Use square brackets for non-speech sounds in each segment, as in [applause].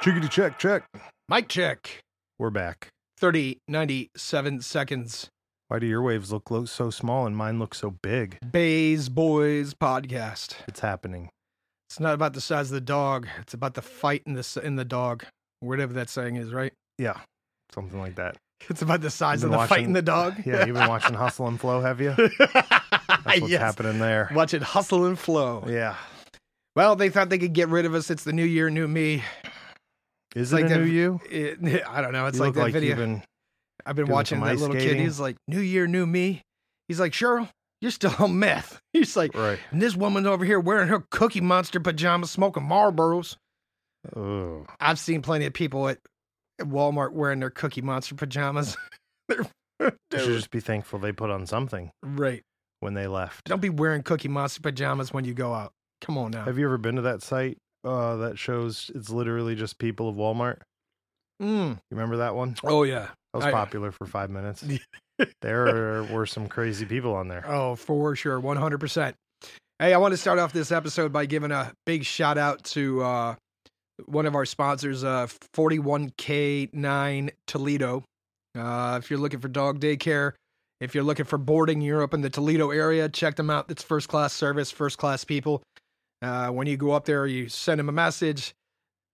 Chickity check, check. Mic check. We're back. 30, 97 seconds. Why do your waves look lo- so small and mine look so big? Bays Boys podcast. It's happening. It's not about the size of the dog. It's about the fight in the s- in the dog. Whatever that saying is, right? [laughs] Yeah, something like that. It's about the size of Been the fight watching- in the dog. [laughs] Yeah, you've been watching Hustle and Flow, have you? That's what's yes. happening there. Watch it hustle and flow. Yeah. Well, they thought they could get rid of us. It's the new year, new me. Is like it a that- new you? It- [laughs] I don't know. It's you like look that like video. [laughs] You've been, I've been doing watching some that ice little kid. skating. He's like, New Year, new me. He's like, Cheryl, you're still on meth. [laughs] He's like, right. and this woman over here wearing her Cookie Monster pajamas, smoking Marlboros. Oh, I've seen plenty of people at, at Walmart wearing their Cookie Monster pajamas. [laughs] They're- you should just be thankful they put on something right. when they left. Don't be wearing Cookie Monster pajamas when you go out. Come on now. Have you ever been to that site uh, that shows it's literally just people of Walmart? Mm. You remember that one? Oh yeah. That was I- popular for [laughs] five minutes. there were some crazy people on there. Oh, for sure, one hundred percent. Hey, I want to start off this episode by giving a big shout out to uh, one of our sponsors, uh, Forty One K Nine Toledo. Uh, if you're looking for dog daycare, if you're looking for boarding, you're up in the Toledo area. Check them out. It's first class service, first class people. Uh, when you go up there, you send them a message.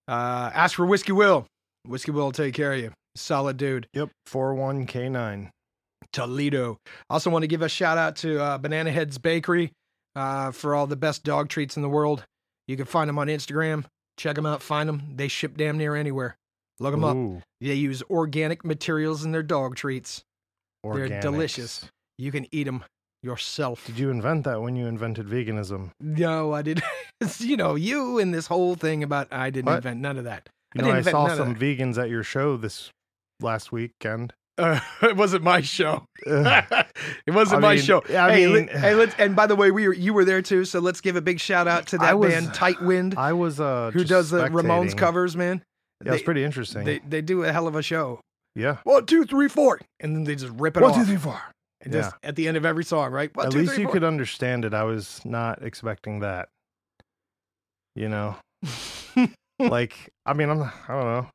Uh, ask for Whiskey Will. Whiskey Will will take care of you. Solid dude. Yep, 41K9. Toledo. Also, want to give a shout out to uh, Banana Heads Bakery uh, for all the best dog treats in the world. You can find them on Instagram. Check them out. Find them. They ship damn near anywhere. Look them up. Ooh, They use organic materials in their dog treats. They're delicious. organics. You can eat them yourself. Did you invent that when you invented veganism? No, I did. [laughs] It's, you know, you and this whole thing about I didn't What? invent none of that. You I know, didn't I, invent saw none of some vegans at your show this last [laughs] weekend. Uh, [laughs] it wasn't my [laughs] show. Ugh. it wasn't I my mean- show. I hey, mean- let- [sighs] hey, let's. And by the way, we were, you were there too, so let's give a big shout out to I that was- band Tight Wind, I was uh, who just does the Ramones spectating. covers. Man, Yeah, it's pretty interesting. They they do a hell of a show. yeah, One, two, three, four, and then they just rip it One, off. two, three, four. And just at the end of every song, right? One, At two, least three, you four. could understand it. I was not expecting that. [laughs] You know, like I mean, I'm I don't know.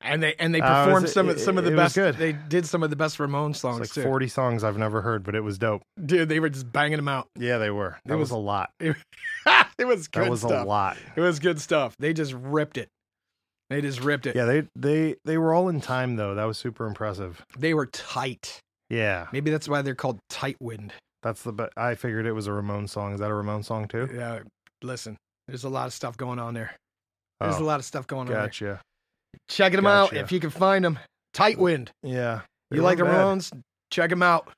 and they and they Uh, it was- performed some of some of the it best. was good. They did some of the best Ramones It's songs like too. 40 songs I've never heard, but it was dope. Dude, they were just banging them out. [laughs] Yeah, they were. That It was was, a lot. it was good That was stuff. a lot. It was good stuff. They just ripped it. They just ripped it. Yeah, they they they were all in time though. That was super impressive. They were tight. Yeah, Maybe that's why they're called tight wind. that's the. But I figured it was a Ramon song. Is that a Ramon song too? Yeah. Listen, there's a lot of stuff going on there. There's a lot of stuff going on there. Oh, gotcha. Check them Gotcha. out if you can find them. Tight wind. Yeah, they you like the weren't bad. Ramones? Check them out.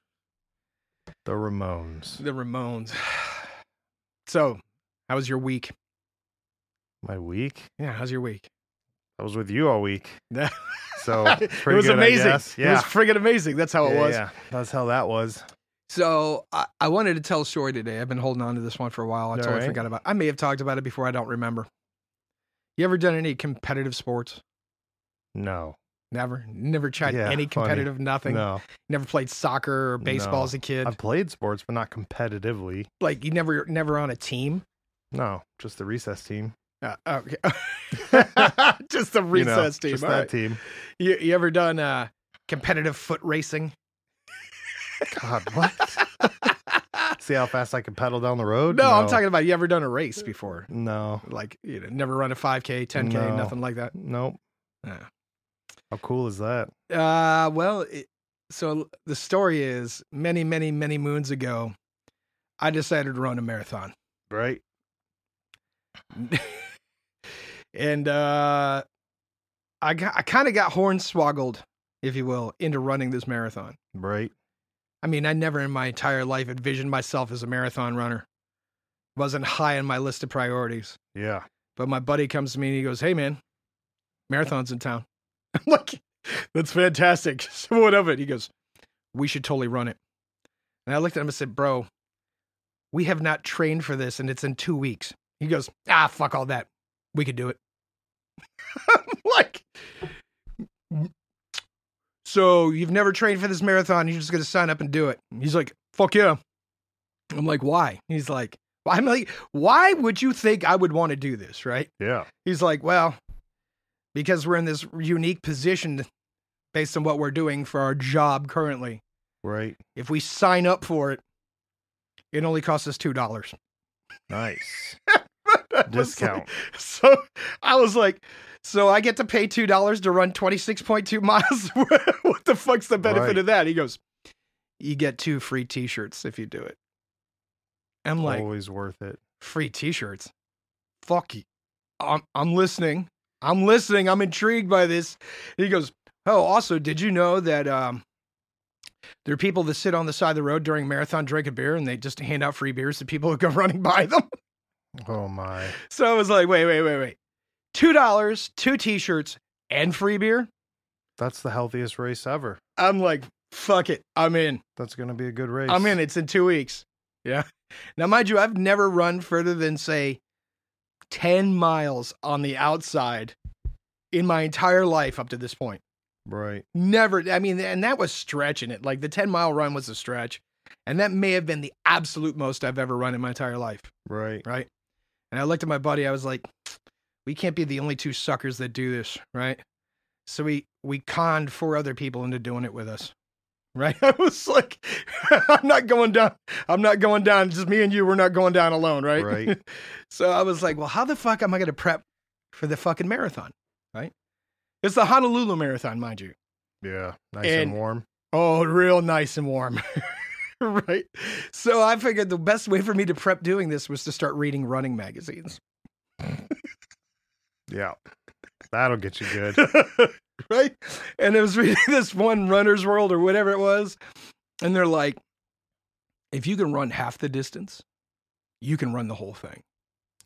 The Ramones. The Ramones. [sighs] So, how was your week? My week. Yeah, how's your week? [laughs] I was with you all week, it so was it's pretty good, I amazing. guess. It Yeah. was friggin' amazing. That's how it yeah, was. yeah. That's how that was. So I, I wanted to tell a story today. I've been holding on to this one for a while. I All totally right. forgot about. I may have talked about it before. I don't remember. You ever done any competitive sports? No, Never, never tried Yeah, any funny. competitive nothing. no. Never played soccer or baseball No. as a kid. I've played sports, but not competitively. Like you never, never on a team. No, just the recess team. Uh, [laughs] okay. [laughs] just the You know, recess team. Just all that right. team. You, you ever done uh, competitive foot racing? God, [laughs] what? See how fast I can pedal down the road? no, I'm talking about you ever done a race before. No, Like you know, never run a 5K, 10K, No. nothing like that. nope. Yeah. How cool is that? Uh, well, it, so the story is many, many, many moons ago, I decided to run a marathon. Right? and uh, I, got- I kind of got hornswoggled, if you will, into running this marathon. Right. I mean, I never in my entire life envisioned myself as a marathon runner. Wasn't high on my list of priorities. Yeah. But my buddy comes to me and he goes, Hey, man, marathon's in town. [laughs] I'm like, That's fantastic. [laughs] So what of it? He goes, We should totally run it. And I looked at him and said, Bro, we have not trained for this and it's in two weeks. He goes, Ah, fuck all that. We could do it. [laughs] I'm like, "Mm, So you've never trained for this marathon. You're just going to sign up and do it. He's like, Fuck yeah. I'm like, Why? He's like, I'm like, why would you think I would want to do this, right? Yeah. He's like, well, because we're in this unique position based on what we're doing for our job currently. Right. If we sign up for it, it only costs us two dollars. [laughs] Nice. Discount. So I was like, so I get to pay two dollars to run twenty six point two [laughs] miles. what the fuck's the benefit Right. of that? He goes, you get two free T shirts if you do it. I'm like, Always worth it. free T-shirts. Fuck you. I'm I'm listening. I'm listening. I'm intrigued by this. He goes, "Oh, also, did you know that um, there are people that sit on the side of the road during a marathon, drink a beer, and they just hand out free beers to people who go [laughs] running by them?" Oh my. So I was like, "Wait, wait, wait, wait! Two dollars, two T-shirts, and free beer." That's the healthiest race ever. I'm like, "Fuck it, I'm in." That's going to be a good race. I'm in. It's in two weeks. Yeah. [laughs] Now, mind you, I've never run further than say ten miles on the outside in my entire life up to this point. Right. Never. I mean, and that was stretching it. Like the ten mile run was a stretch, and that may have been the absolute most I've ever run in my entire life. Right. Right. And I looked at my buddy. I was like, "We can't be the only two suckers that do this, right?" So we we conned four other people into doing it with us, right? [laughs] I was like, "I'm not going down. I'm not going down. Just me and you. We're not going down alone, right?" Right. [laughs] so I was like, "Well, how the fuck am I going to prep for the fucking marathon, right?" It's the Honolulu Marathon, mind you. Yeah. Nice And- and warm. Oh, real nice and warm. [laughs] right. So I figured the best way for me to prep doing this was to start reading running magazines. Yeah. That'll get you [laughs] good. right? And it was reading [laughs] this one Runner's World or whatever it was. And they're like, if you can run half the distance, you can run the whole thing.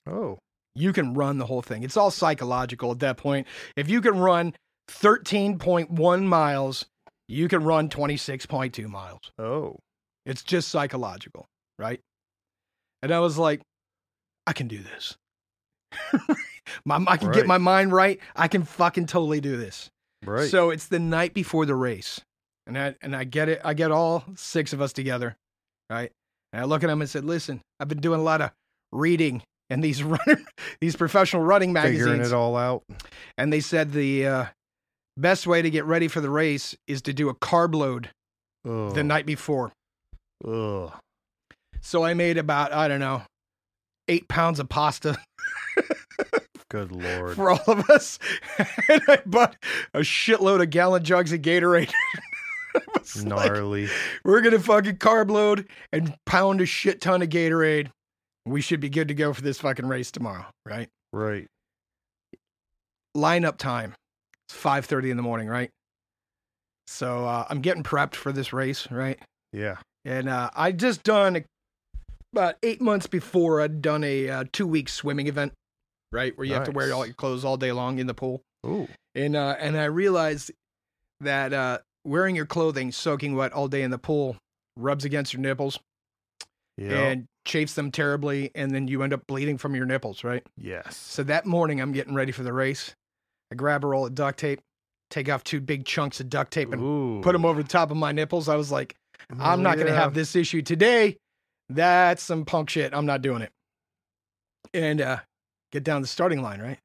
Oh. You can run the whole thing. It's all psychological at that point. If you can run 13.1 miles, you can run 26.2 miles. Oh. It's just psychological, right? And I was like, I can do this. [laughs] my, I can get Right. my mind right. I can fucking totally do this. Right. So it's the night before the race, and I and I get it. I get all six of us together, right? And I look at him and said, "Listen, I've been doing a lot of reading and these [laughs] runner, these professional running Figuring magazines, it all out. and they said the uh, best way to get ready for the race is to do a carb load Ugh. the night before." Ugh. So I made about I don't know eight pounds of pasta [laughs] Good lord. for all of us, and I bought a shitload of gallon jugs of Gatorade. [laughs] I was [laughs] like, Gnarly. We're gonna fucking carb load and pound a shit ton of Gatorade. We should be good to go for this fucking race tomorrow, right? Right. Lineup time. It's five thirty in the morning, right? So uh, I'm getting prepped for this race, right? Yeah. And uh, I just done a, about eight months before I'd done a uh, two week swimming event, right, where you have to wear Nice. all your clothes all day long in the pool. Ooh. and uh, and I realized that uh, wearing your clothing soaking wet all day in the pool rubs against your nipples Yeah. and chafes them terribly, and then you end up bleeding from your nipples, right? Yes. So that morning, I'm getting ready for the race. I grab a roll of duct tape, take off two big chunks of duct tape, and put 'em Ooh. put them over the top of my nipples. I was like, I'm not going to Yeah. have this issue today. That's some punk shit. I'm not doing it. And uh, get down the starting line, right?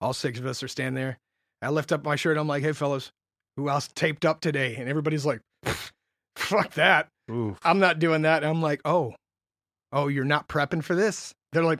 All six of us are standing there. I lift up my shirt. I'm like, hey, fellas, who else taped up today? And everybody's like, [laughs] fuck that. Ooh. I'm not doing that. And I'm like, oh, oh, you're not prepping for this? They're like,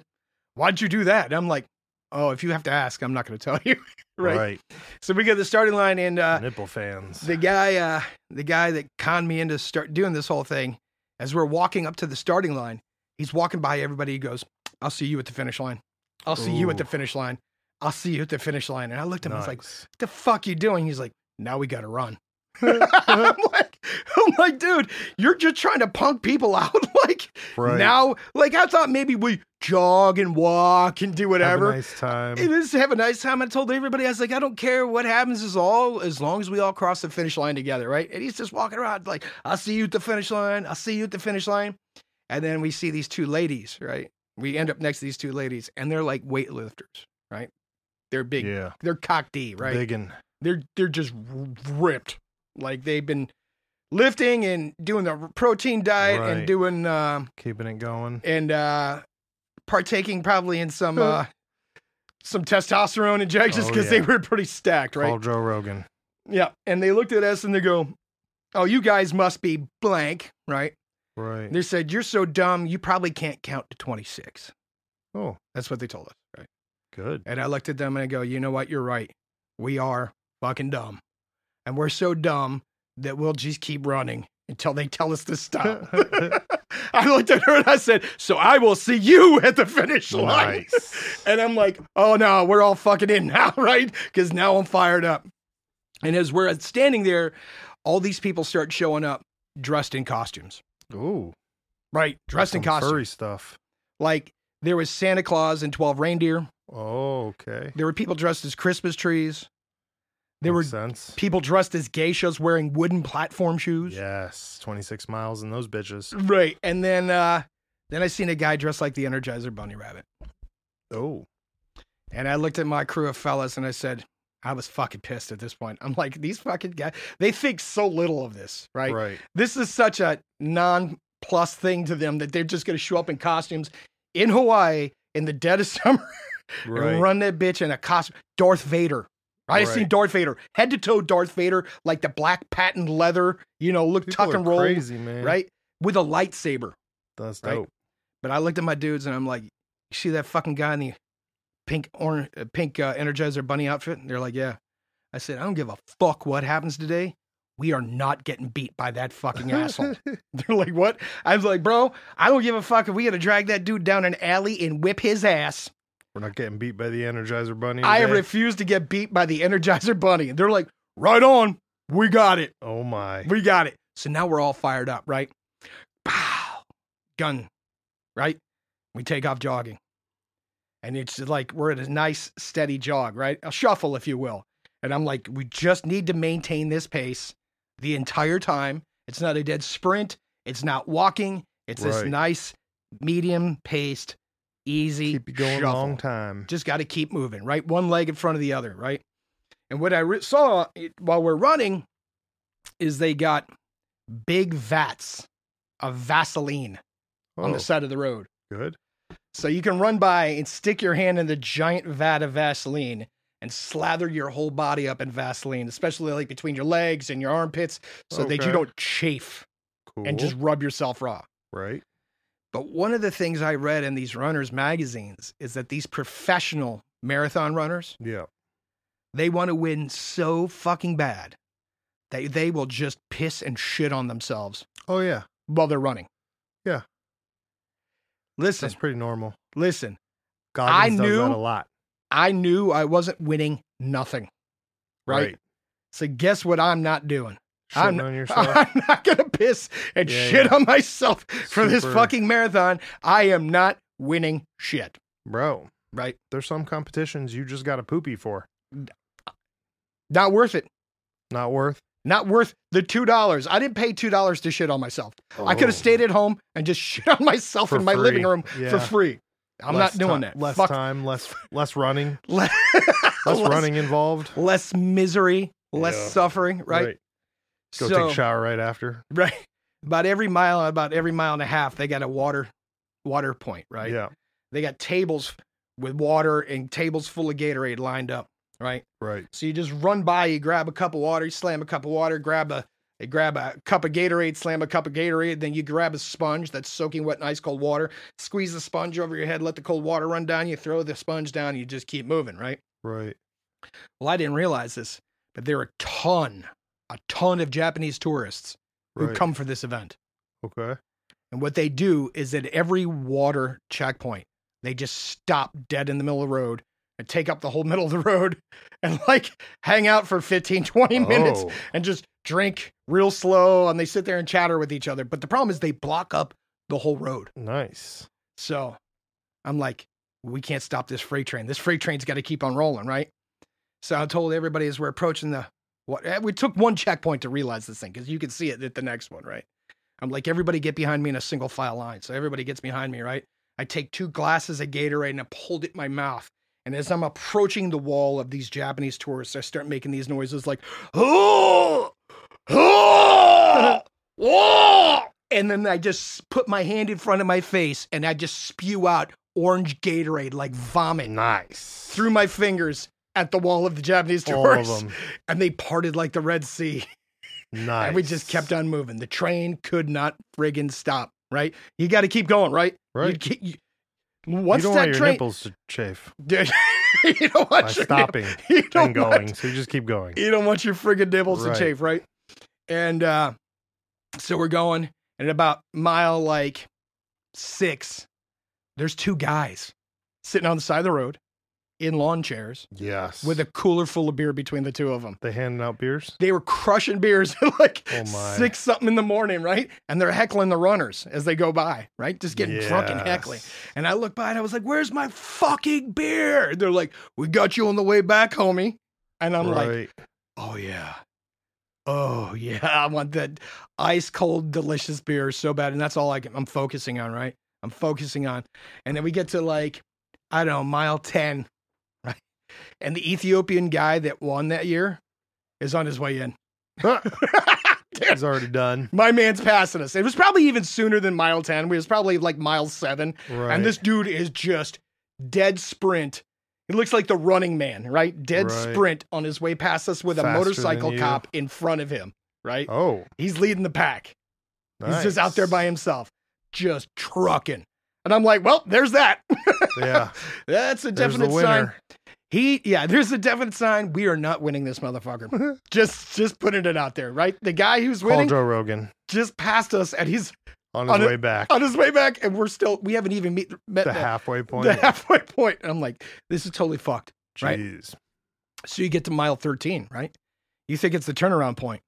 why'd you do that? And I'm like, oh, if you have to ask, I'm not going to tell [laughs] you. right? Right. So we get to the starting line and uh, Nipple fans. the guy uh the guy that conned me into start doing this whole thing as we're walking up to the starting line he's walking by everybody he goes i'll see you at the finish line i'll see you at the Ooh. finish line i'll see you at the finish line and i looked at him i was like what Nice. the fuck you doing he's like now we gotta [laughs] run [laughs] I'm like, I'm like, dude, you're just trying to punk people [laughs] out. like right. now, like I thought maybe we jog and walk and do Have a whatever. nice time. It is have a nice time. I told everybody, I was like, I don't care what happens as all as long as we all cross the finish line together, right? And he's just walking around like, I'll see you at the finish line, I'll see you at the finish line. And then we see these two ladies, right? We end up next to these two ladies, and they're like weightlifters, right? They're big, Yeah. they're cock D, right? Biggin. They're they're just r- ripped. Like they've been lifting and doing the protein diet and Right. doing um Keeping it going. and uh partaking probably in some uh some testosterone injections Oh, because they yeah. were pretty stacked, right? Call Joe Rogan. Yeah. And they looked at us and they go, Oh, you guys must be blank, right? Right. They said, You're so dumb, you probably can't count to 26. Oh, That's what they told us, right? good. And I looked at them and I go, You know what? You're right. We are fucking dumb. And we're so dumb that we'll just keep running until they tell us to [laughs] stop. [laughs] I looked at her and I said, So I will see you at the finish line. nice. [laughs] And I'm like, oh no, we're all fucking in now, [laughs] right? Because now I'm fired up. And as we're standing there, all these people start showing up dressed in costumes, Ooh. right? Dressed in some costumes. Furry stuff. Like there was Santa Claus and 12 reindeer. Oh, okay. There were people dressed as Christmas trees. There were Makes sense. people dressed as geishas wearing wooden platform shoes. Yes, 26 miles and those bitches. Right. And then uh, then I seen a guy dressed like the Energizer Bunny Rabbit. Oh, And I looked at my crew of fellas and I said, I was fucking pissed at this point. I'm like, these fucking guys, they think so little of this, right? right. This is such a non plus thing to them that they're just going to show up in costumes in Hawaii in the dead of [laughs] summer Right. and run that bitch in a costume. Darth Vader. I have seen Right. Darth Vader, head to toe Darth Vader, like the black patent leather, you know, look People tuck are and roll, Crazy, man. right? With a lightsaber. That's Right. dope. But I looked at my dudes and I'm like, you see that fucking guy in the pink orange, uh, pink uh, Energizer bunny outfit? And they're like, yeah. I said, I don't give a fuck what happens today. We are not getting beat by that fucking asshole. they're like, what? I was like, bro, I don't give a fuck if we had to drag that dude down an alley and whip his ass. [laughs] We're not getting beat by the Energizer Bunny. I today. refuse to get beat by the Energizer bunny. And they're like, right on. We got it. Oh my. We got it. So now we're all fired up, right? Pow, gun, right? We take off jogging. And it's like we're at a nice, steady jog, right? A shuffle, if you will. And I'm like, we just need to maintain this pace the entire time. It's not a dead sprint. It's not walking. It's this Right. nice, medium paced, easy. Keep you going a shuffle long time. just got to keep moving, right? One leg in front of the other, right? And what I re- saw it- while we're running is they got big vats of Vaseline on Oh, the side of the road. good. So you can run by and stick your hand in the giant vat of Vaseline and slather your whole body up in Vaseline, especially like between your legs and your armpits so that you Okay. don't chafe Cool. and just rub yourself raw. right. But one of the things I read in these runners magazines is that these professional marathon runners Yeah. They want to win so fucking bad that they will just piss and shit on themselves Oh yeah. while they're running. Yeah. Listen, That's pretty normal. listen. Goggins does knew- that a lot. I knew I wasn't winning nothing. Right? So guess what I'm not doing? [laughs] I'm- Shitting on yourself. I'm not going to piss and Yeah, shit yeah. on myself for this Super. fucking marathon. I am not winning shit, Bro, right? there's some competitions you just got a poopy for. Not worth it. Not worth. Not worth the $2. I didn't pay $2 to shit on myself. I could Oh. have stayed at home and just [laughs] shit on myself For in my living free. room for Yeah. free. I'm Less not doing ti- that. [laughs] Less Fuck. time, less [laughs] less running, Le- less, less running involved. less misery, less Yeah. suffering. Right. so, Go take a shower right after. [laughs] Right. About every mile, about every mile and a half, they got a water, water point. Right. Yeah. They got tables with water and tables full of Gatorade lined up. Right. Right. So you just run by, you grab a cup of water, you slam a cup of water, grab a you grab a cup of Gatorade, slam a cup of Gatorade, then you grab a sponge that's soaking wet in ice cold water, squeeze the sponge over your head, let the cold water run down, you throw the sponge down, you just keep moving, right? Right. Well, I didn't realize this, but there are a ton, a ton of Japanese tourists who Right. come for this event. Okay. And what they do is at every water checkpoint, they just stop dead in the middle of the road and take up the whole [laughs] middle of the road and like hang out for 15, 20 minutes Oh, and just drink real slow. And they sit there and chatter with each other. But the problem is they block up the whole road. nice. So I'm like, we can't stop this freight train. This freight train's got to keep on rolling, right? So I told everybody as we're approaching the what eh, we took one checkpoint to realize this thing because you can see it at the next one, right? I'm like, everybody get behind me in a single file line. So everybody gets behind me, right? I take two glasses of Gatorade and I pulled it in my mouth. And as I'm approaching the wall of these Japanese tourists, I start making these noises like, oh, oh, oh. And then I just put my hand in front of my face and I just spew out orange Gatorade like vomit Nice. threw my fingers at the wall of the Japanese all of doors, them. [laughs] and they parted like the Red Sea. Nice. And we just kept on moving. The train could not friggin' stop. Right? You got to keep going. Right? Right. You keep, you, once you don't that want your train, nipples to chafe [laughs] Dude, [laughs] you don't want by your nip- stopping [laughs] [laughs] you don't and going. want- So you just keep going. you don't want your friggin' nibbles Right. to chafe, right? And uh, so we're going, and at about mile like six, there's two guys sitting on the side of the road in lawn chairs Yes. with a cooler full of beer between the two of them. they handing out beers. They were crushing beers [laughs] at like Oh my. six something in the morning, right? And they're heckling the runners as they go by, right? Just getting drunk and heckling. Yes. And I look by and I was like, "Where's my fucking beer?" They're like, "We got you on the way back, homie." And I'm like, right. Oh yeah. Oh [laughs] yeah. I want that ice cold, delicious beer so bad. And that's all I can, I'm focusing on, right? I'm focusing on. And then we get to like, I don't know, mile 10, right? And the Ethiopian guy that won that year is on his way in. [laughs] Dude, it's already done. [laughs] my man's passing us. It was probably even sooner than mile 10. We was probably like mile seven. Right. And this dude is just dead sprint. He looks like the running man, right? Dead Right. sprint on his way past us with a Faster than motorcycle you. cop in front of him, right? Oh, He's leading the pack. He's just out there by nice. himself, just trucking. And I'm like, well, there's that. [laughs] [laughs] yeah. That's a There's the definite sign. winner. He, yeah, there's a definite sign. We are not winning this [laughs] motherfucker. just, just putting it out there, right? The guy who's Paul winning Joe Rogan just passed us, and he's on his On a- way back on his way back, and we're still, we haven't even meet, met the that- halfway point. the [laughs] halfway point. And I'm like, this is totally fucked. right. Jeez. So you get to mile 13, right? You think it's the turnaround point.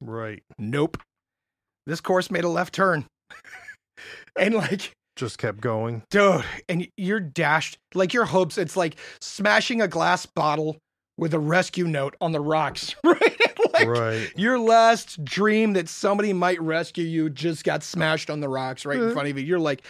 Right. Nope. This course made a left turn. [laughs] and like, Just kept going. dude, and you're dashed. Like your hopes, it's like smashing a glass bottle with a rescue note on the rocks, [laughs] right? like, right. Your last dream that somebody might rescue you just got smashed on the rocks right in Yeah. front of you. You're like,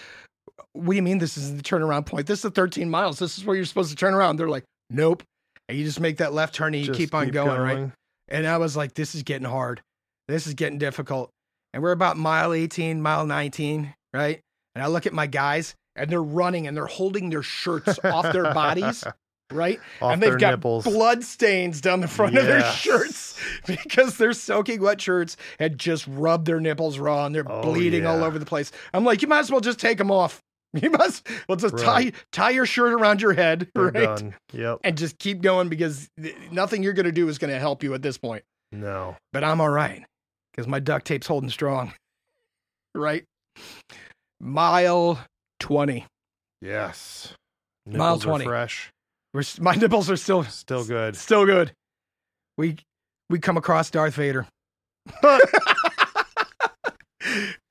what do you mean this is the turnaround point? This is the 13 miles. This is where you're supposed to turn around. They're like, nope. And you just make that left turn and you Just keep on going, right? And I was like, this is getting hard. This is getting difficult. And we're about mile 18, mile 19, right? And I look at my guys and they're running and they're holding their shirts off their [laughs] bodies, right? Off and they've their got nipples. blood stains down the front of their Yes. shirts [laughs] because their soaking wet shirts had just rubbed their nipples raw and they're Oh, bleeding all yeah. over the place. I'm like, you might as well just take them off. [laughs] You must well just tie Right. tie your shirt around your head, [laughs] They're right? done. Yep. And just keep going because th- nothing you're gonna do is gonna help you at this point. No. But I'm all right because my duct tape's holding strong. [laughs] right? Mile 20. Yes. Mile Nipples are 20. Fresh. We're, s- my nipples are still Still good. Still good. We we come across Darth [laughs] Vader.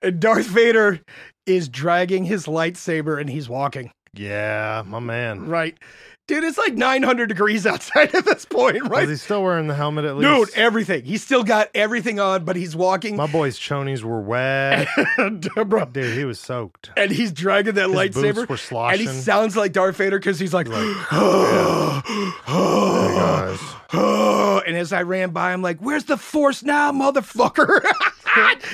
and Darth Vader is dragging his lightsaber and he's walking. Yeah, my man. Right. Dude, it's like 900 degrees outside [laughs] at this point, Right. right? Is he still wearing the helmet at Dude, least? everything. He's still got everything on, but he's walking. [laughs] uh, my boy's chonies were wet. Bro. Dude, he was [laughs] soaked. And he's dragging that His lightsaber. boots were And sloshing. he [gasps] sounds like Darth Vader because he's like, He's like, [gasps] Hey, guys. and as I ran by, I'm like, "Where's the force now, motherfucker?"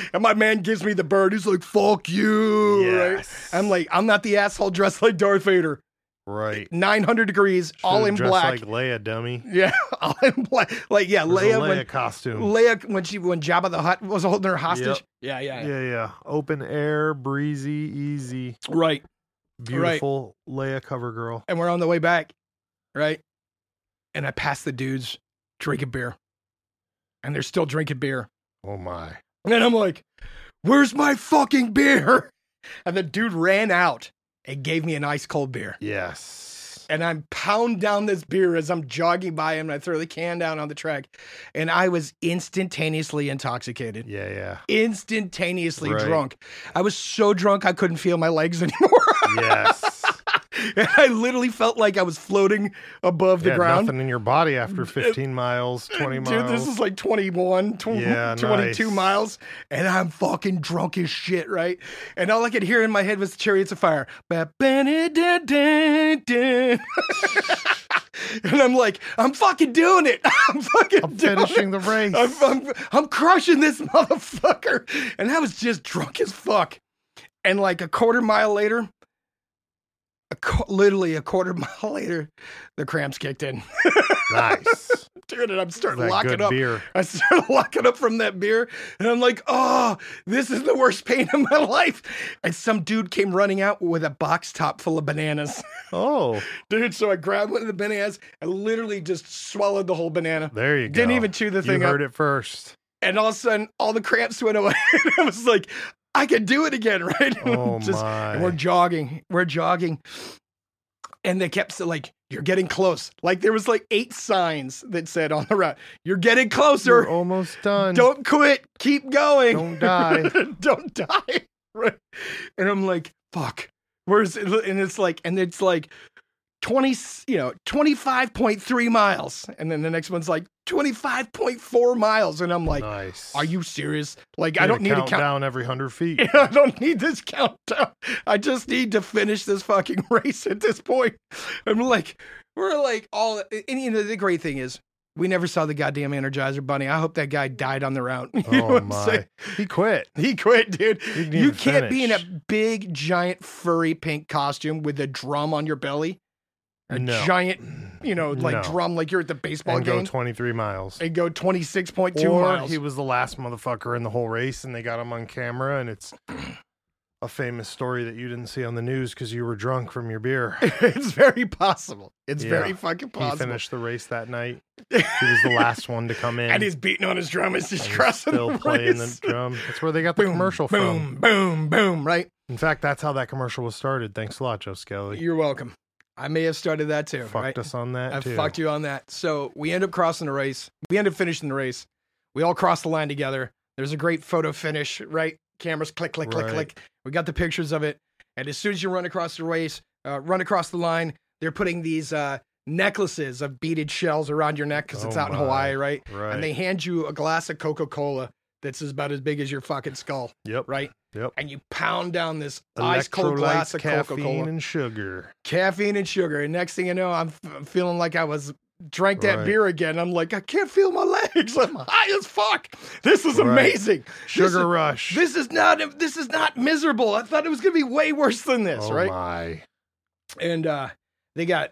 [laughs] and my man gives me the bird. He's like, "Fuck you!" right? Yes. I'm like, "I'm not the asshole dressed like Darth Vader, Right. 900 degrees, all Should've in dressed black." like Leia, dummy. [laughs] yeah, all in black. Like, yeah, It was a Leia, Leia when costume. Leia when she when Jabba the Hutt was holding her hostage. Yeah, yeah, yeah, yeah. Open air, breezy, easy, Right. beautiful Leia cover girl. and we're on the way back, right? And I pass the dudes drinking beer, and they're still drinking beer. Oh my. And I'm like, "Where's my fucking beer?" [laughs] And the dude ran out and gave me an ice cold beer. Yes. And I'm pound down this beer as I'm jogging by him. And I throw the can down on the track, and I was instantaneously intoxicated, [laughs] Yeah, yeah. instantaneously Right. drunk. I was so drunk I couldn't feel my legs [laughs] anymore. Yes. and I literally felt like I was floating above the Yeah, ground. Nothing in your body after 15 miles, 20 miles. Dude, this is like 21, tw- [laughs] Yeah, 22 nice. miles, and I'm fucking drunk as shit, right? And all I could hear in my head was Chariots of Fire. Ba- ba- da- da- da. [laughs] and I'm like, I'm fucking doing it. [laughs] I'm fucking I'm doing finishing it. the race. I'm, I'm, I'm crushing this [laughs] motherfucker. And I was just drunk as fuck. And like a quarter mile later, a qu- literally a quarter [laughs] mile later, the cramps kicked in. [laughs] Nice. Dude, and I'm starting that good locking up. beer. I started [laughs] locking up from that beer, and I'm like, oh, this is the worst pain in my [laughs] life. And some dude came running out with a box top full of bananas. [laughs] Oh, Dude, so I grabbed one of the bananas. I literally just swallowed the whole banana. there you go. Didn't even chew the You thing up. heard it [laughs] first. And all of a sudden, all the cramps went away. [laughs] and I was like, I can do it again, [laughs] right? Oh Just- my! and we're jogging. We're jogging. And they kept sa- like, you're getting close. Like there was like eight signs that said on the route, you're getting You're closer. almost done. Don't quit. Keep going. Don't die. [laughs] Don't die. Right. And I'm like, fuck. Where's it? and it's like and it's like 20 you know 25.3 miles and then the next one's like 25.4 miles and I'm like nice. are you serious like Need I to don't need to count count down every hundred feet. [laughs] I don't need this countdown. I just need to finish this fucking [laughs] race at this point. I'm like, we're like all. And you know, the great thing is, we never saw the goddamn Energizer Bunny. I hope that guy died on the route. [laughs] You know oh what I'm my! saying? He quit. He quit, dude. He didn't You even can't be in a finish. big, giant, furry pink costume with a drum on your belly. A No. giant, you know, like No. drum, like you're at the baseball and go game, twenty three miles. and go 26.2 or miles. he was the last motherfucker in the whole race, and they got him on camera, and it's a famous story that you didn't see on the news because you were drunk from [laughs] your beer. [laughs] it's very possible. It's Yeah. very fucking He possible. finished the race that [laughs] night. He was the last one to come in. and he's beating on his drum as he's and he's crossing still the playing race. the drum. That's where they got the commercial boom, from. boom, boom, right? In fact, that's how that commercial was started. Thanks a lot, Joe Skelly. You're welcome. I may have started that too, fucked right? us on that I too. fucked you on that. So we end up crossing the race. We end up finishing the race. We all cross the line together. There's a great photo finish, right? Cameras click, click, click, Right. click. We got the pictures of it. And as soon as you run across the race, uh, run across the line, they're putting these uh, necklaces of beaded shells around your neck because it's Oh out in my. Hawaii, right? Right. and they hand you a glass of Coca Cola that's about as big as your fucking skull, yep. right? Yep. And you pound down this ice cold glass Electrolytes, of Coca caffeine, Cola, and sugar. caffeine and sugar. And next thing you know, I'm f- feeling like I was drank that Right. beer again. I'm like, I can't feel my legs. [laughs] I'm high as fuck. This is Right. amazing. Sugar This is- rush. This is not this is not miserable. I thought it was gonna be way worse than this, oh right? my. and uh they got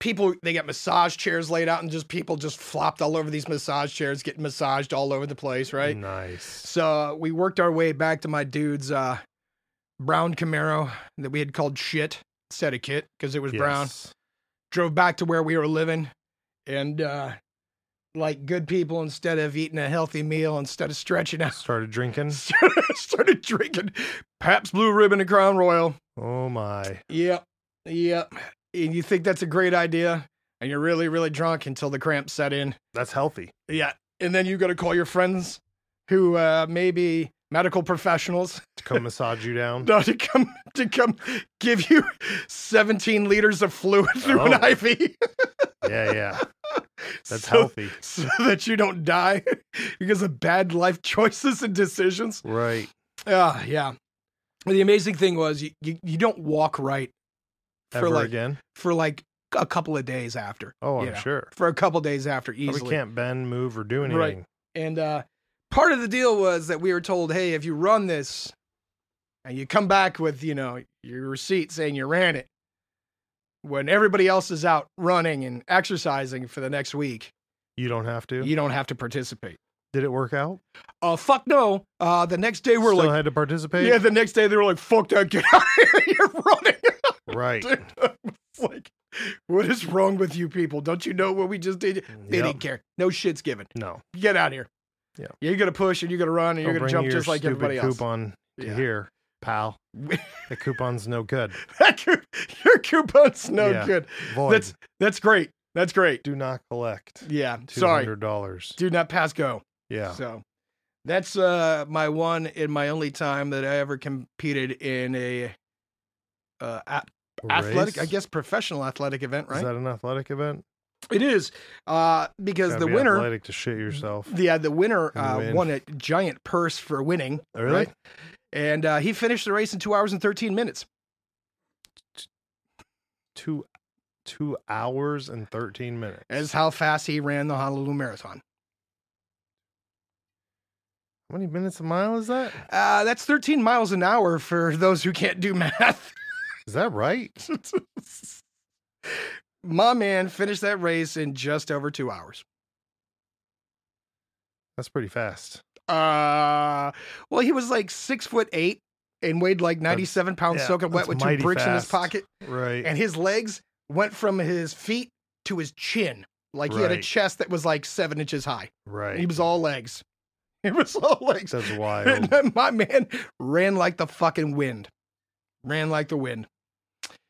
people they got massage chairs laid out and just people just flopped all over these massage chairs getting massaged all over the place right Nice. so uh, we worked our way back to my dude's uh brown camaro that we had called shit instead of kit because it was brown Yes. drove back to where we were living and uh like good people instead of eating a healthy meal instead of stretching out [laughs] [laughs] Started drinking. started drinking paps blue ribbon and crown royal Oh my. Yep. Yep. And you think that's a great idea, and you're really, really drunk until the cramps set in. That's healthy. Yeah. And then you got to call your friends who uh, may be medical professionals To come massage you [laughs] down. no, to come to come give you 17 liters of fluid through an Oh. IV. Yeah, [laughs] yeah. That's so, healthy. So that you don't die [laughs] because of bad life choices and decisions. Right. Ah, yeah. The amazing thing was you, you, you don't walk right for Ever like again? for like a couple of days after. Oh, I'm you know. sure. for a couple days after But easily. We can't bend, move, or do anything. Right. And uh, part of the deal was that we were told, hey, if you run this and you come back with, you know, your receipt saying you ran it, when everybody else is out running and exercising for the next week, You don't have to. you don't have to participate. Did it work out? Uh, fuck no. Uh, the next day we're Still like, had to participate. yeah, the next day they were like, fuck that, get [laughs] out of here, you're running. [laughs] [laughs] Right. Dude, I was like, what is wrong with you people? Don't you know what we just did? They Yep. didn't care. No shit's given. No. get out of here. Yeah. You're gonna push and you're gonna run and Don't you're gonna bring jump your just like stupid everybody else. coupon to Yeah. here, pal. The coupon's no good. [laughs] That coup- your coupon's no Yeah. good. Void. That's that's great. That's great. do not collect. Yeah. Two Sorry. hundred dollars. Do not pass go. Yeah. So that's uh my one and my only time that I ever competed in a uh a- athletic I Race? guess professional athletic event, Is right? that an athletic event? it is. Uh because Gotta the be winner Mm-hmm. athletic to shit yourself. yeah, the winner And uh, win. won a giant purse for winning, Really? right? and uh, he finished the race in two hours and thirteen minutes. Two two hours and thirteen minutes. as how fast he ran the Honolulu Marathon. How many minutes a mile is that? Uh, that's 13 miles an hour for those who can't do [laughs] math. Is that right? My man finished that race in just over two hours. That's pretty fast. Uh, well, he was like six foot eight and weighed like 97 pounds yeah, soaking wet that's with two mighty bricks in his fast. pocket. Right. And his legs went from his feet to his chin. Like he had a Right. chest that was like seven inches high. right. He was all legs. [laughs] He was all legs. [laughs] That's And wild. then my man ran like the fucking wind. Ran like the wind.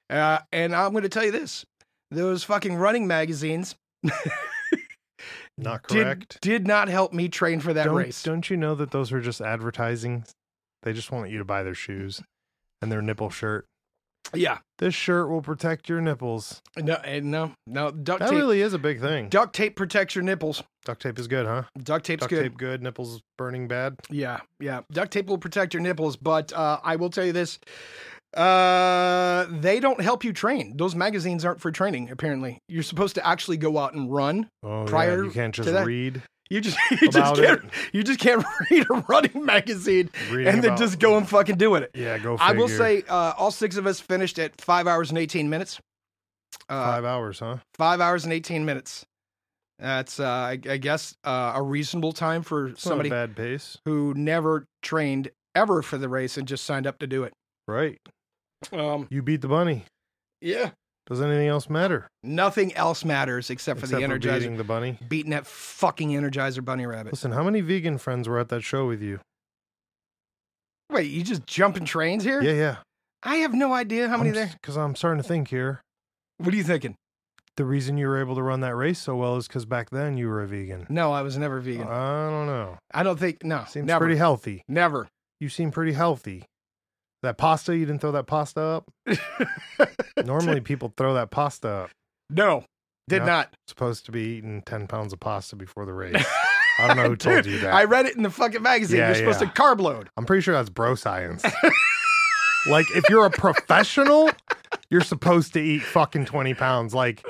Uh, and I'm going to tell you this those fucking running magazines Not did- correct. Did, not help me train for that don't, race. don't you know that those are just advertising? They just want you to buy their shoes and their nipple shirt. Yeah. This shirt will protect your nipples. No, and no, no. Duct That tape. really is a big thing. Duct tape protects your nipples. Duct tape is good, huh? Duct tape's Duct good. tape good, nipples burning bad. Yeah, yeah. Duct tape will protect your nipples, but uh, I will tell you this: uh, they don't help you train. Those magazines aren't for training. Apparently, you're supposed to actually go out and run. Oh, Prior yeah. You can't to just that- [laughs] read. You just you just About can't you just can't [laughs] read a running magazine Reading and then about- just go and fucking do it. Yeah, go I will say, figure. uh, all six of us finished at five hours and eighteen minutes. Uh, five hours, huh? five hours and 18 minutes that's uh, I, I guess uh, a reasonable time for It's somebody not a bad pace, who never trained ever for the race and just signed up to do it right? um, You beat the bunny. yeah Does anything else matter nothing else matters except for except the for energizer beating. beating [laughs] the bunny? that fucking energizer bunny rabbit Listen, how many vegan friends were at that show with you? wait you just jumping trains here Yeah, yeah. i have no idea how many there Because I'm starting to think here. what are you thinking The reason you were able to run that race so well is because back then you were a vegan. no i was never vegan I don't know. i don't think no Seems never pretty healthy. never [laughs] You seem pretty healthy. That pasta, you didn't throw that [laughs] pasta up? Normally people throw that pasta up. no did No. not Supposed to be eating 10 pounds of pasta before the [laughs] race. I don't know who told you that. i read it in the fucking magazine Yeah, you're supposed yeah. to carb load I'm pretty sure that's [laughs] bro science. like if you're a professional, you're supposed to eat fucking 20 pounds. Like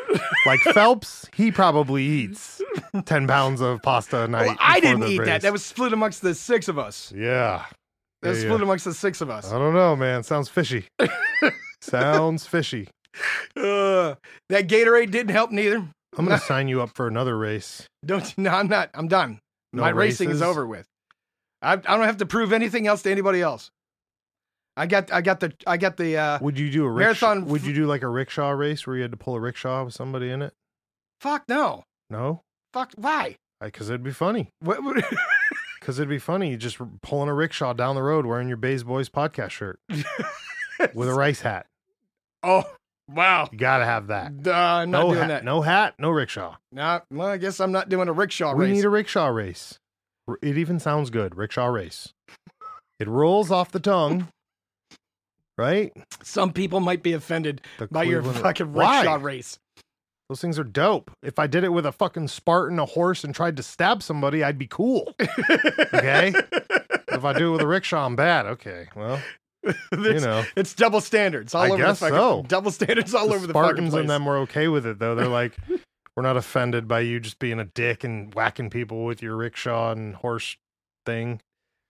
like Phelps, he probably eats 10 pounds of pasta a night. Well, I before didn't the eat that. race. That was split amongst the six of us. Yeah. That was Yeah, yeah. split amongst the six of us. I don't know, man. Sounds fishy. [laughs] Sounds fishy. Uh-huh. Uh, that Gatorade didn't help neither. I'm [laughs] gonna sign you up for another race. Don't [laughs] no, I'm not. I'm done. No My racing is races? over with. I, I don't have to prove anything else to anybody else. I got I got the I got the uh, Would you do a rick- Marathon Would f- you do like a rickshaw race where you had to pull a rickshaw with somebody in it? fuck no No, fuck why because it'd be funny. what, what- [laughs] Because it'd be funny you just r- pulling a rickshaw down the road wearing your Bays Boys podcast shirt with a rice hat. oh wow You gotta have that. Duh, I'm not no doing hat, that no, no hat, no rickshaw. well I guess I'm not doing a rickshaw we race need a rickshaw race. R- It even sounds good, rickshaw race. It rolls off the tongue, right? some people might be offended The by your Cleveland- fucking Why? rickshaw race Those things are dope. If I did it with a fucking Spartan, a horse, and tried to stab somebody, I'd be cool. [laughs] [laughs] Okay. if I do it with a rickshaw, I'm bad. Okay. Well, you There's- know, It's double standards all I over guess the fucking so. double standards all the over the Spartans fucking and place. them were okay with it though. They're like, [laughs] we're not offended by you just being a dick and whacking people with your rickshaw and horse thing.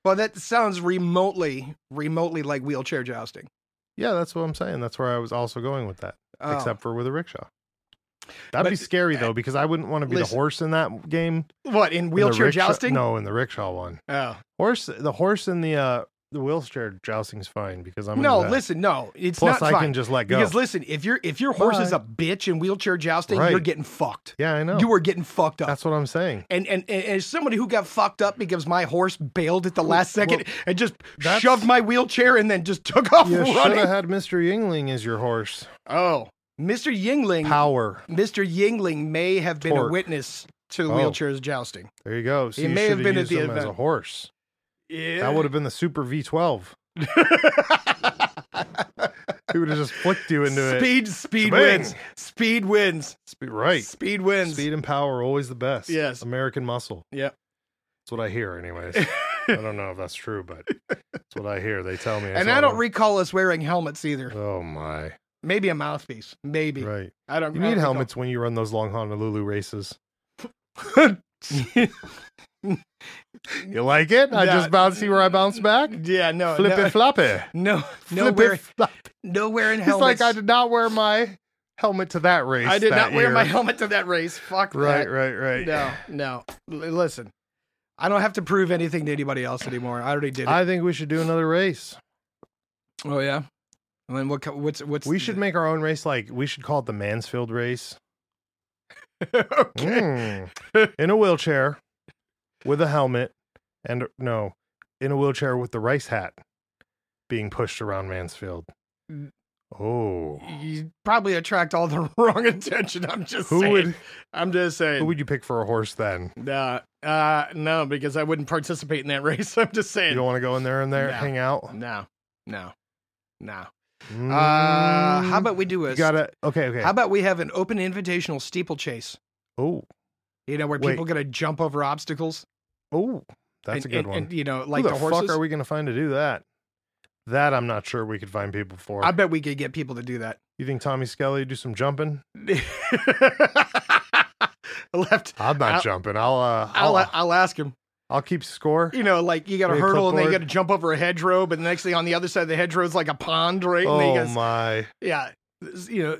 Well, that sounds remotely, remotely like wheelchair jousting. Yeah, that's what I'm saying. That's where I was also going with that, Oh. except for with a rickshaw. That'd be But- eh, scary though, because I wouldn't want to be the Listen. horse in that game. in what in the wheelchair rickshaw- jousting? No, in the rickshaw one. Oh. Horse, the horse and the uh, the wheelchair jousting's fine because I'm no, into that. listen, no, it's Plus, not I fine. can just let go. because listen, if your if your horse is Bye. a bitch in wheelchair jousting, Right. you're getting fucked. yeah, I know. You are getting fucked up. That's what [laughs] I'm saying. and, and and as somebody who got fucked up because my horse bailed at the last Well, second and just that's- shoved my wheelchair and then just took off You should running. have had Mr. Yingling as your horse. [laughs] Oh, Mr. Yingling Power. Mr. Yingling may have been Torque. a witness to Oh. wheelchairs jousting. There you go. So He you may have shoulda been at used the him as a event. horse. Yeah. That would have been the Super V12. [laughs] He would have just flicked you into it. speed, speed Shebang. wins. Speed wins. Speed, right. Speed wins. Speed and power are always the best. Yes. American muscle. Yep. That's what I hear, [laughs] anyways. I don't know if that's true, but that's what I hear. They tell me. And so I don't I'm- recall us wearing helmets either. Oh my! Maybe a mouthpiece. Maybe. Right. I don't You I don't need recall. helmets when you run those long Honolulu races. You like it? I Yeah. just bounce you where I bounce back. [laughs] yeah, Mm. no, Flip no, it floppy. no, Flip nowhere, it flop. nowhere in It's hell. like I did not wear my helmet to that race. I did not that wear year. my helmet to that race. Fuck [laughs] Right, that. right, right. No, no. L- listen, I don't have to prove anything to anybody else anymore. I already did. It. I think we should do another race. oh yeah. And then what? co- What's what's? We should make our own race. Like we should call it the Mansfield race. [laughs] okay. Mm. In a wheelchair, with a helmet, and no, in a wheelchair with the rice hat, being pushed around Mansfield. Mm. Oh, You probably attract all the [laughs] wrong attention. I'm just who saying. would I'm just saying. who would you pick for a horse then? Nah, uh, no, because I wouldn't participate in that [laughs] race. I'm just You saying. don't want to go in there and there No. hang out. No, no, no. Uh, how about we do a? Mm. you gotta okay okay. How about we have an open invitational steeplechase? oh You know, where Wait. people gonna jump over obstacles. oh, that's and, a good and- one. And, you know, like who the, the, horses. fuck are we gonna find to do that? That I'm not sure we could find people for. I bet we could get people to do [laughs] that. you think Tommy Skelly do some jumping? Left. I'm not I'll- jumping. I'll uh, I'll, I'll I'll, I'll ask him. keep score. You know, like you got a With a hurdle and then you got clipboard. to jump over a hedgerow, but the next thing on the other side of the hedgerow is like a pond, right? and then you Oh gotta- my! yeah, you know,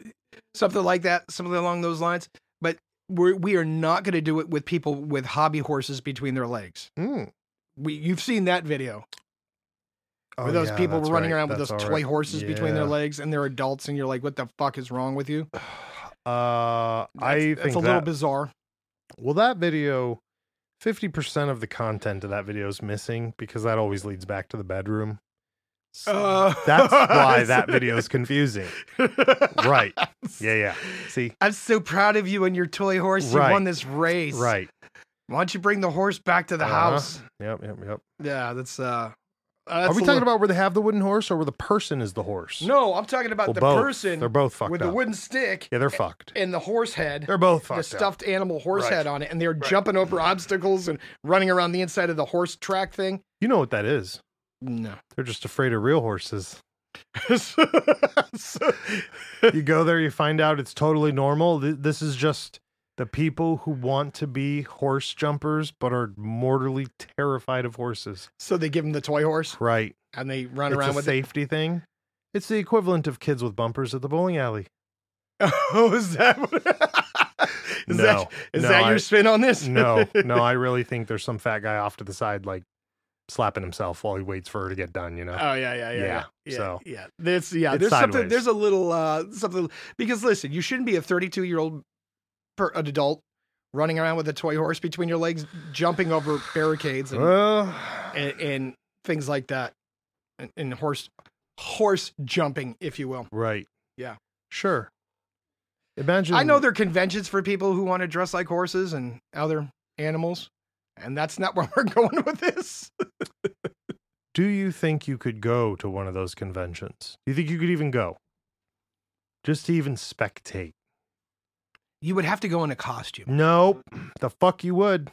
something like that, something along those lines. But we're, we are not going to do it with people with hobby horses between their legs. Mm. We, you've seen that video Oh, where those yeah, people were that's running right. around with That's those all toy right. horses between their Yeah. legs, and they're adults, and you're like, "What the fuck is wrong with you?" Uh, I That's- think that's a that, little [laughs] bizarre. well that video, fifty percent of the content of that video is missing because that always leads back to the bedroom. Uh, [laughs] That's why that video is confusing. Right. Yeah, yeah. [laughs] See, I'm so proud of you and your toy horse. You Right. won this race. right. Why don't you bring the horse back to the Uh-huh. house? Yep, yep, yep. Yeah, that's. uh Are we talking about where they have the wooden horse or where the person is the horse? No, I'm talking about Well, the both. person They're both fucked with up. the wooden stick yeah, they're fucked. [laughs] and the horse head, They're both the fucked up. stuffed animal horse Right. head on it, and they're jumping over obstacles and running around the inside of the horse track thing. You know what that is? No. They're just afraid of real horses. [laughs] You go there, you find out it's totally normal. Th- This is just the people who want to be horse jumpers but are mortally terrified of horses. so they give him the toy horse Right. and they run It's around a with safety thing. It's the equivalent of kids with bumpers at the bowling alley. it. [laughs] Oh, is that what- [laughs] is that No, is no, that your I- spin on this? [laughs] No, no, I really think there's some fat guy off to the side, like slapping himself while he waits for her to get done, you know? Oh yeah, yeah, yeah, Yeah, yeah. yeah so- yeah, there's yeah, It's there's something. sideways. There's a little uh something because listen, you shouldn't be a 32 year old per, an adult running around with a toy horse between your legs, jumping over barricades [laughs] and well, and, and things like that, and, and horse horse jumping, if you will. right. Yeah. Sure. Imagine. I know there are conventions for people who want to dress like horses and other animals, and that's not [laughs] where we're going with this. Do you think you could go to one of those conventions? Do you think you could even go? Just to even spectate? You would have to go in a costume. Nope. The fuck you would.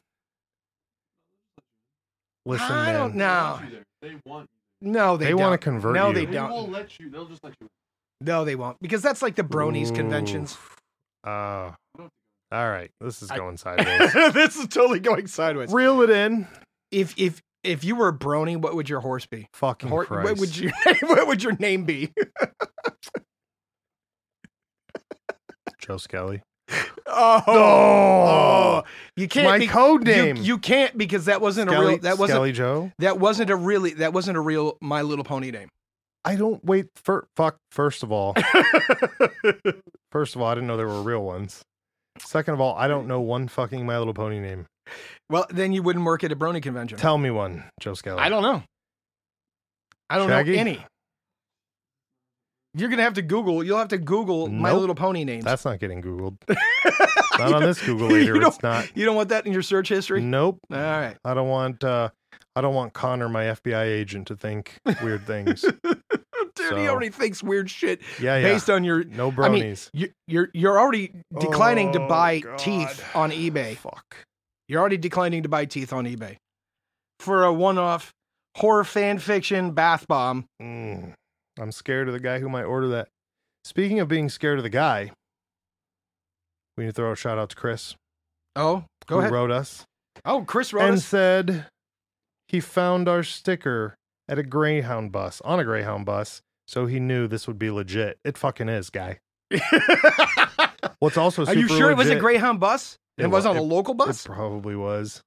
Listen, I man. don't They know. want you there. They want. No, they, They, don't. want to convert No, you. they They, don't. won't let you. They'll just let you. No, they won't, because that's like the bronies conventions. Oh. all right. This is I- [laughs] going sideways. this is totally going sideways. Reel it in. If if if you were a brony, what would your horse be? Fucking Hor- Oh, Christ. what would your [laughs] what would your name be? [laughs] Joe Skelly. Oh, Oh. you can't. My be- code you- name. You, can't because that wasn't Skelly, a real. That wasn't. Skelly Joe. That wasn't a really. That wasn't a real My Little Pony name. I don't wait for fuck. First of [laughs] all, first of all, I didn't know there were real ones. Second of all, I don't know one fucking My Little Pony name. well, then you wouldn't work at a brony convention. Tell me one, Joe Skelly. I don't know. I don't Oh. Shaggy? know any. You're gonna have to Google. You'll have to Google My Nope. Little Pony names. That's not [laughs] getting Googled. Not on this Google you later. don't- It's not. you don't want that in your search history. Nope. All right. [laughs] I don't want. uh I don't want Connor, my FBI agent, to think weird [laughs] things. Dude, he So- already thinks weird shit Yeah, yeah. based on your no I mean, bronies. you- you're you're already declining to Oh, buy God. teeth on eBay. Fuck. You're already declining to buy teeth on eBay for a one-off horror fan fiction bath bomb. Mm. I'm scared of the guy who might order that. Speaking of being scared of the guy, we need to throw a shout out to Chris. Oh, Go who ahead. wrote us Oh, Chris wrote and [laughs] us. said he found our sticker at a Greyhound bus on a Greyhound bus, so he knew this would be legit. It fucking is, guy. What's also Are you super sure it was a legit- Greyhound bus? It, It was wa- on a local It bus. probably was.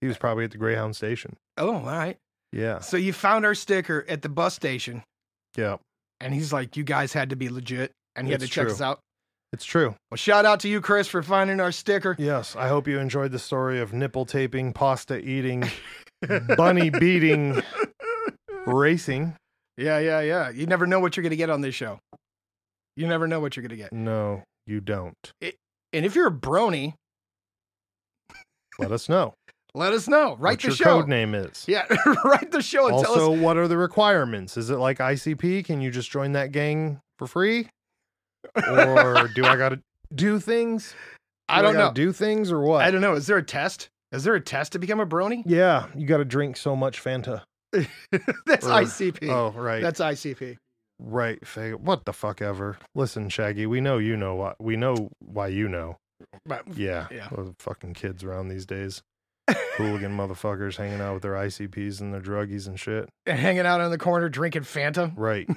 He was probably at the Greyhound station. oh, all right. Yeah, So you found our sticker at the bus station, yeah, and he's like, "You guys had to be legit," and he had to It's check true. us out. it's true. Well, shout out to you, Chris, for finding our [laughs] sticker. Yes, I hope you enjoyed the story of nipple taping, pasta eating, bunny beating, racing. [laughs] Yeah, yeah, yeah. You never know what you're going to get on this show. You never know what you're going to get. No, you don't. And if you're a brony, Let us know let us know. [laughs] Write what the your show. code name is. Yeah, [laughs] write the show and tell also, us. what are the requirements? Is it like ICP? Can you just join that gang for free? Or do I [laughs] got to do things? I Do don't gotta know. Do things or what? I don't know. Is there a test? Is there a test to become a brony? [laughs] [laughs] yeah, you got to drink so much Fanta. That's Or- ICP. Oh, right. That's ICP. right. Fag- what the fuck ever. Listen, Shaggy, we know you know why. We know why you know. But Yeah. Yeah. Those fucking kids around [laughs] these days. Hooligan motherfuckers hanging out with their ICPs and their druggies and shit. hanging out in the corner drinking Fanta. Right.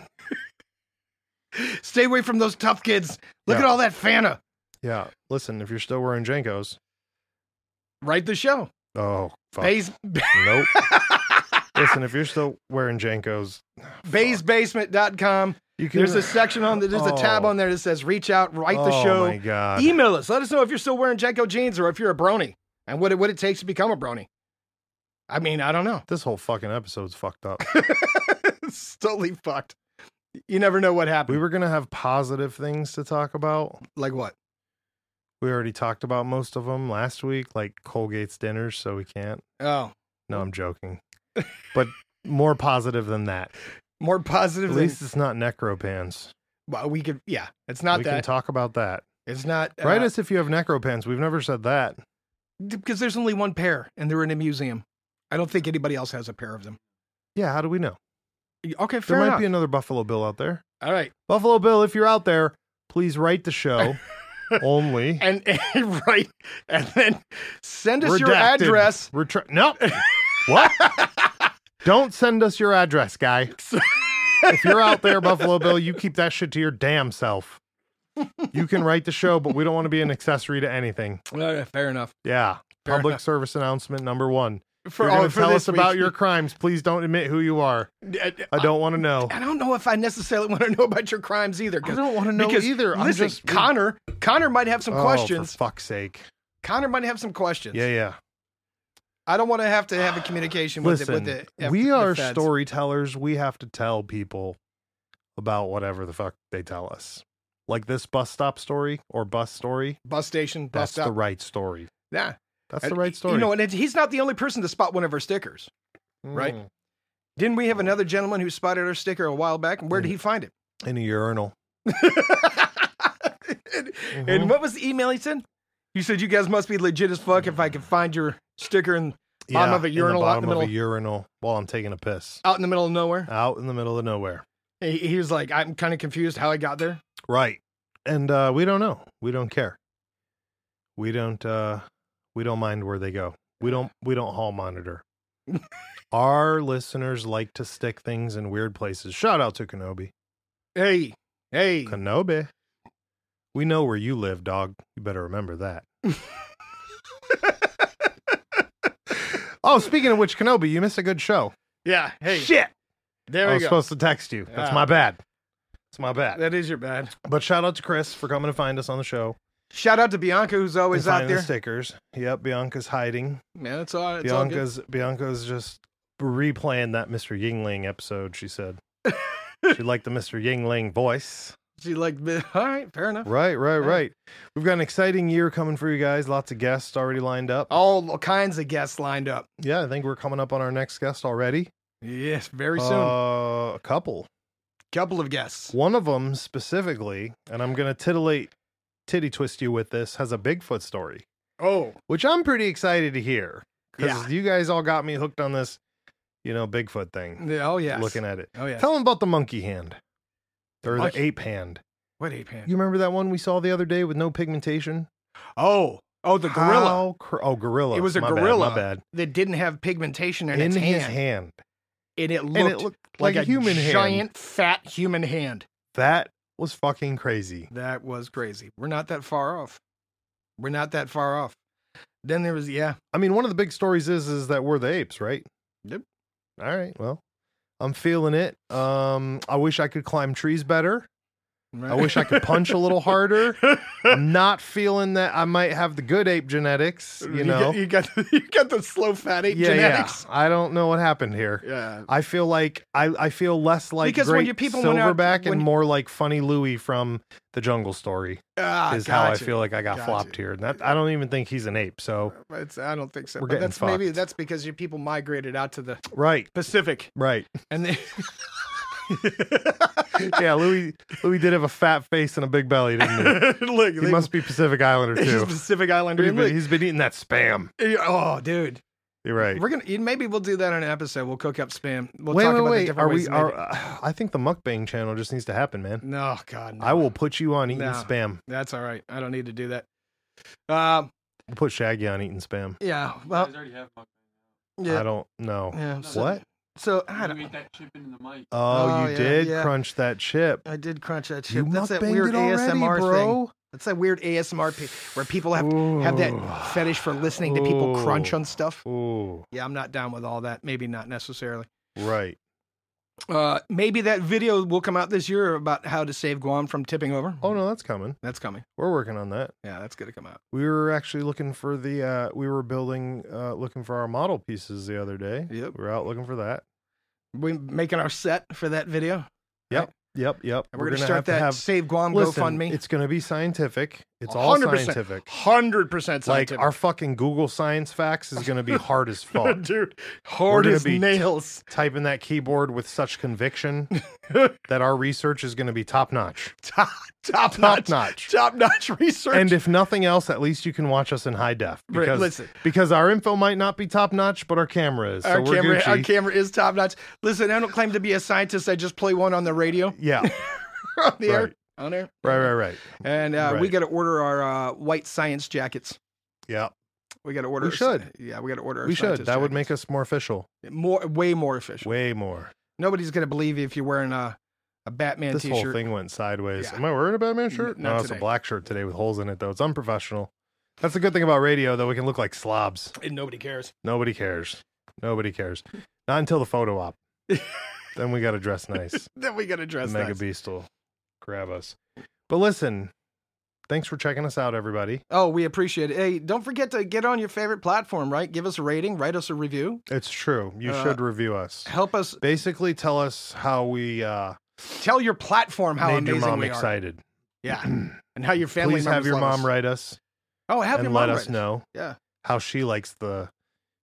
[laughs] Stay away from those tough kids. Look at Yeah. all that Fanta. Yeah. Listen, if you're still wearing Jankos, Write the show. oh, fuck. Bays, [laughs] Nope. Listen, if you're still wearing Jankos, baysbasement.com. you can. [laughs] There's a section on the, there's a tab Oh. on there that says reach out, write oh the show. my god. Email us. Let us know if you're still wearing Jenko jeans or if you're a brony and what it, what it takes to become a brony. I mean, I don't [laughs] know. This whole fucking episode's [laughs] fucked up. it's totally fucked. You never know what happened. we were gonna have positive things to talk about. like what? We already talked about most of them last week, like Colgate's dinners, so we can't. Oh, No, I'm joking. But more positive than that. more positive. At than- least it's not necropants. well, we could. Yeah, it's not we can that. talk about that. it's not uh, Write us if you have necropants. We've never said that. because there's only one pair and they're in a museum. I don't think anybody else has a pair of them. Yeah, how do we know? Okay, fair there might enough. be another Buffalo Bill out there. All right, Buffalo Bill, if you're out there, please write [laughs] the show only. and, [laughs] and right, and then send us your Redacted. address. [laughs] Retra- no. what? Don't send us your address, guy. if you're out there, Buffalo Bill, you keep that shit to your damn self. You can write the show, but we don't want to be an accessory to anything. [laughs] All right, fair enough. Yeah. Fair Public enough. service announcement number one. For, you're all gonna tell us this week. about [laughs] your crimes. Please don't admit who you are. I don't want to know. I don't know if I necessarily want to know about your crimes either. 'cause- I don't want to know because either. I'm listen, just Connor, Connor might have some Oh, questions. For fuck's sake. Connor might have some questions. Yeah, yeah. I don't want to have to have a communication with Listen, it. With the, F- we the are feds. storytellers. We have to tell people about whatever the fuck they tell us. Like this bus stop story or bus story. bus station bus That's stop. the right story. yeah, That's And the right story. You know, and it, he's not the only person to spot one of our stickers. right? Mm. Didn't we have another gentleman who spotted our sticker a while back? And where did he find it? In a urinal. and, Mm-hmm. and what was the email he sent? You said you guys must be legit as fuck if I could find your sticker in, Bottom of a in urinal, The out in the bottom of a urinal while I'm taking a piss. out in the middle of nowhere. Out in the middle of nowhere. He, he was like, I'm kind of confused how I got there. Right. And uh, we don't know. We don't care. We don't uh we don't mind where they go. We don't we don't [laughs] hall monitor. Our listeners like to stick things in weird places. Shout out to Kenobi. Hey, hey. Kenobi. We know where you live, dog. You better remember [laughs] that. oh, speaking of which, Kenobi, you missed a good show. Yeah, hey. Shit. There I we was go. supposed to text you. That's Ah. my bad. That's my bad. that is your bad. But shout out to Chris for coming to find us on the show. Shout out to Bianca who's always and out finding the there. stickers. Yep, Bianca's hiding. Man, it's all it's all good. Bianca's Bianca's just replaying that Mr. Yingling episode. [laughs] She said she liked the Mr. Yingling voice. She like [laughs] all right, fair enough. Right, right, Yeah. right. We've got an exciting year coming for you guys. Lots of guests already lined up. All kinds of guests lined up. Yeah, I think we're coming up on our next guest already. Yes, very soon. Uh, a couple. Couple of guests. One of them specifically, and I'm gonna titillate, titty twist you with this. Has a Bigfoot story, Oh, which I'm pretty excited to hear because Yeah. you guys all got me hooked on this, you know, Bigfoot thing. yeah, oh yes. Looking at it. Oh yeah. Tell them about the monkey hand or the Monkey- ape hand. what ape hand? You remember that one we saw the other day with no pigmentation? Oh, Oh, the gorilla How cr- oh, gorilla. It was a My bad, gorilla my bad. that didn't have pigmentation in, In its his hand, hand. and it looked, And it looked like, a human giant, hand. fat human hand. That was fucking crazy. That was crazy. We're not that far off. We're not that far off. Then there was yeah. I mean, one of the big stories is is that we're the apes, right? Yep. All right. Well, I'm feeling it. Um, I wish I could climb trees better. I wish [laughs] I could punch a little harder. I'm not feeling that I might have the good ape genetics, you know. got, you got the, you got the slow fat ape yeah, genetics. yeah. I don't know what happened here. Yeah. I feel like I, I feel less like Because great when you- people went out- Silverback when and you- more like Funny Louie from The Jungle Story Ah, is how I gotcha. feel like I got Gotcha. flopped here. And that I don't even think he's an ape. So It's, I don't think so. We're but getting that's maybe that's because your people migrated out to the right, Pacific right. and [laughs] they [laughs] yeah, Louis Louis did have a fat face and a big belly, didn't look. he? He they- must be Pacific [laughs] Islander he's too. Pacific Islander. He's and look, been, he's been eating that spam. oh, dude, You're right. we're gonna maybe we'll do that on an episode. We'll cook up spam. We'll wait, talk wait, about the wait. different Are ways. we? to make Are, uh, [sighs] I think the mukbang channel just needs to happen, it. man. no, God, no. I will put you on eating No. spam. That's all right. I don't need to do that. Um, I'll put Shaggy on eating spam. yeah. You Well, guys already have mukbang. I yeah. don't know. yeah so, What? So I don't. You ate that chip into the mic. Oh, Oh, you yeah, did yeah. crunch that chip. I did crunch that You shit. That's that mukbanged weird it already, ASMR thing. bro. That's that weird ASMR pe- where people have have that fetish for listening to people crunch Ooh. on stuff. Ooh, Yeah, I'm not down with all that. Maybe not necessarily. right. Uh, maybe that video will come out this year about how to save Guam from tipping over. Oh no, that's coming. that's coming. We're working on that. Yeah, that's gonna come out. We were actually looking for the. Uh, we were building, uh, looking for our model pieces the other day. Yep. We're out looking for that. We making our set for that video. Yep, yep. And we're, gonna, start that Save Guam listen, GoFundMe. It's going to be scientific. It's all 100%. scientific. hundred percent Like our fucking Google Science Facts is going to be [laughs] hard as fuck. dude, hard gonna as be- nails. [laughs] Typing that keyboard with such conviction that our research is going to be top notch. top, [laughs] top, Top notch, notch. [laughs] top notch research. And if nothing else, at least you can watch us in high def Right, because listen, because our info might not be top notch, but our camera is. So our we're camera, our Gucci. camera is top notch. Listen, I don't claim to be a scientist. I just play one on the radio, [laughs] yeah, on the air, Right. on air, right, right, right. And uh, we Right. got to order our uh, white science jackets. Yeah, We got to order. We our sci- should. yeah, we got to order. [laughs] Our we should. scientist That would jackets. make us more official. more, way more efficient. Way more. Nobody's gonna believe you if you're wearing a a Batman this t-shirt. whole thing went sideways. Yeah. Am I wearing a Batman shirt? not No, it's a today. black shirt today with holes in it, though. It's unprofessional. That's the good thing about radio, though. We can look like slobs. And nobody cares. Nobody cares. Nobody cares. Not until the [laughs] photo op. then we got to dress nice. [laughs] Then we got to dress Mega nice. Beast will grab us. But listen, thanks for checking us out, everybody. Oh, we appreciate it. Hey, don't forget to get on your favorite platform, right? Give us a rating, write us a review. It's true. You Uh, should review us. Help us Basically, tell us how we uh, tell your platform how made amazing your mom we are. excited. Yeah. [clears throat] And how your family Please have members your love mom us. write us. Oh, have your and mom let us write know Yeah. how she likes the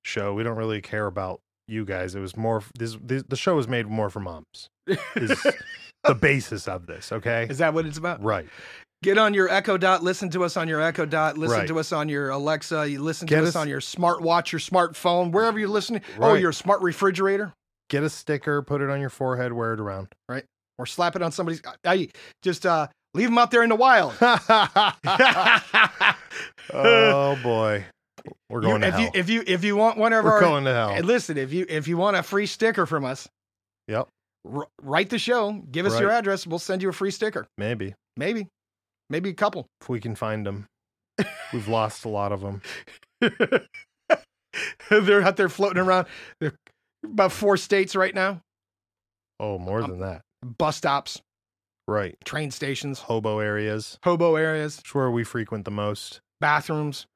show we don't really care about you guys it was more this, this the show was made more for moms [laughs] is the basis of this okay Is that what it's about? right Get on your Echo Dot, listen to us on your Echo Dot, listen Right. to us on your Alexa, you listen Get to us us- on your smartwatch, your smartphone, wherever you're listening. Oh, Right. your smart refrigerator. get a sticker put it on your forehead wear [laughs] it around or slap it on somebody's. I, I- just uh, leave them out there in the [laughs] wild. Uh, oh boy we're going You- to if hell you if you if you want one of we're our going to hell Hey, listen, if you if you want a free sticker from us, Yep. r- write the show, give us your Right. address, we'll send you a free sticker. maybe Maybe, maybe a couple. [laughs] if we can find them we've lost a lot of them They're out there floating around. They're about four states right now. [laughs] oh more Um, than that Bus stops, right train stations, hobo areas hobo areas, it's where we frequent the most bathrooms.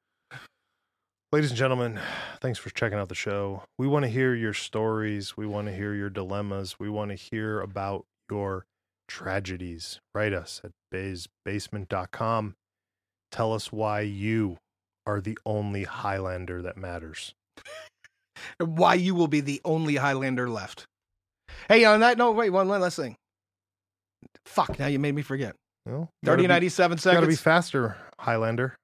Ladies and gentlemen, thanks for checking out the show. We want to hear your stories. We want to hear your dilemmas. We want to hear about your tragedies. Write us at baysbasement.com. Tell us why you are the only Highlander that matters. Why you will be the only Highlander left. Hey, on that note, wait, one, one last thing. Fuck, now you made me forget. Well, 30, 97 Got to seconds. be faster, Highlander.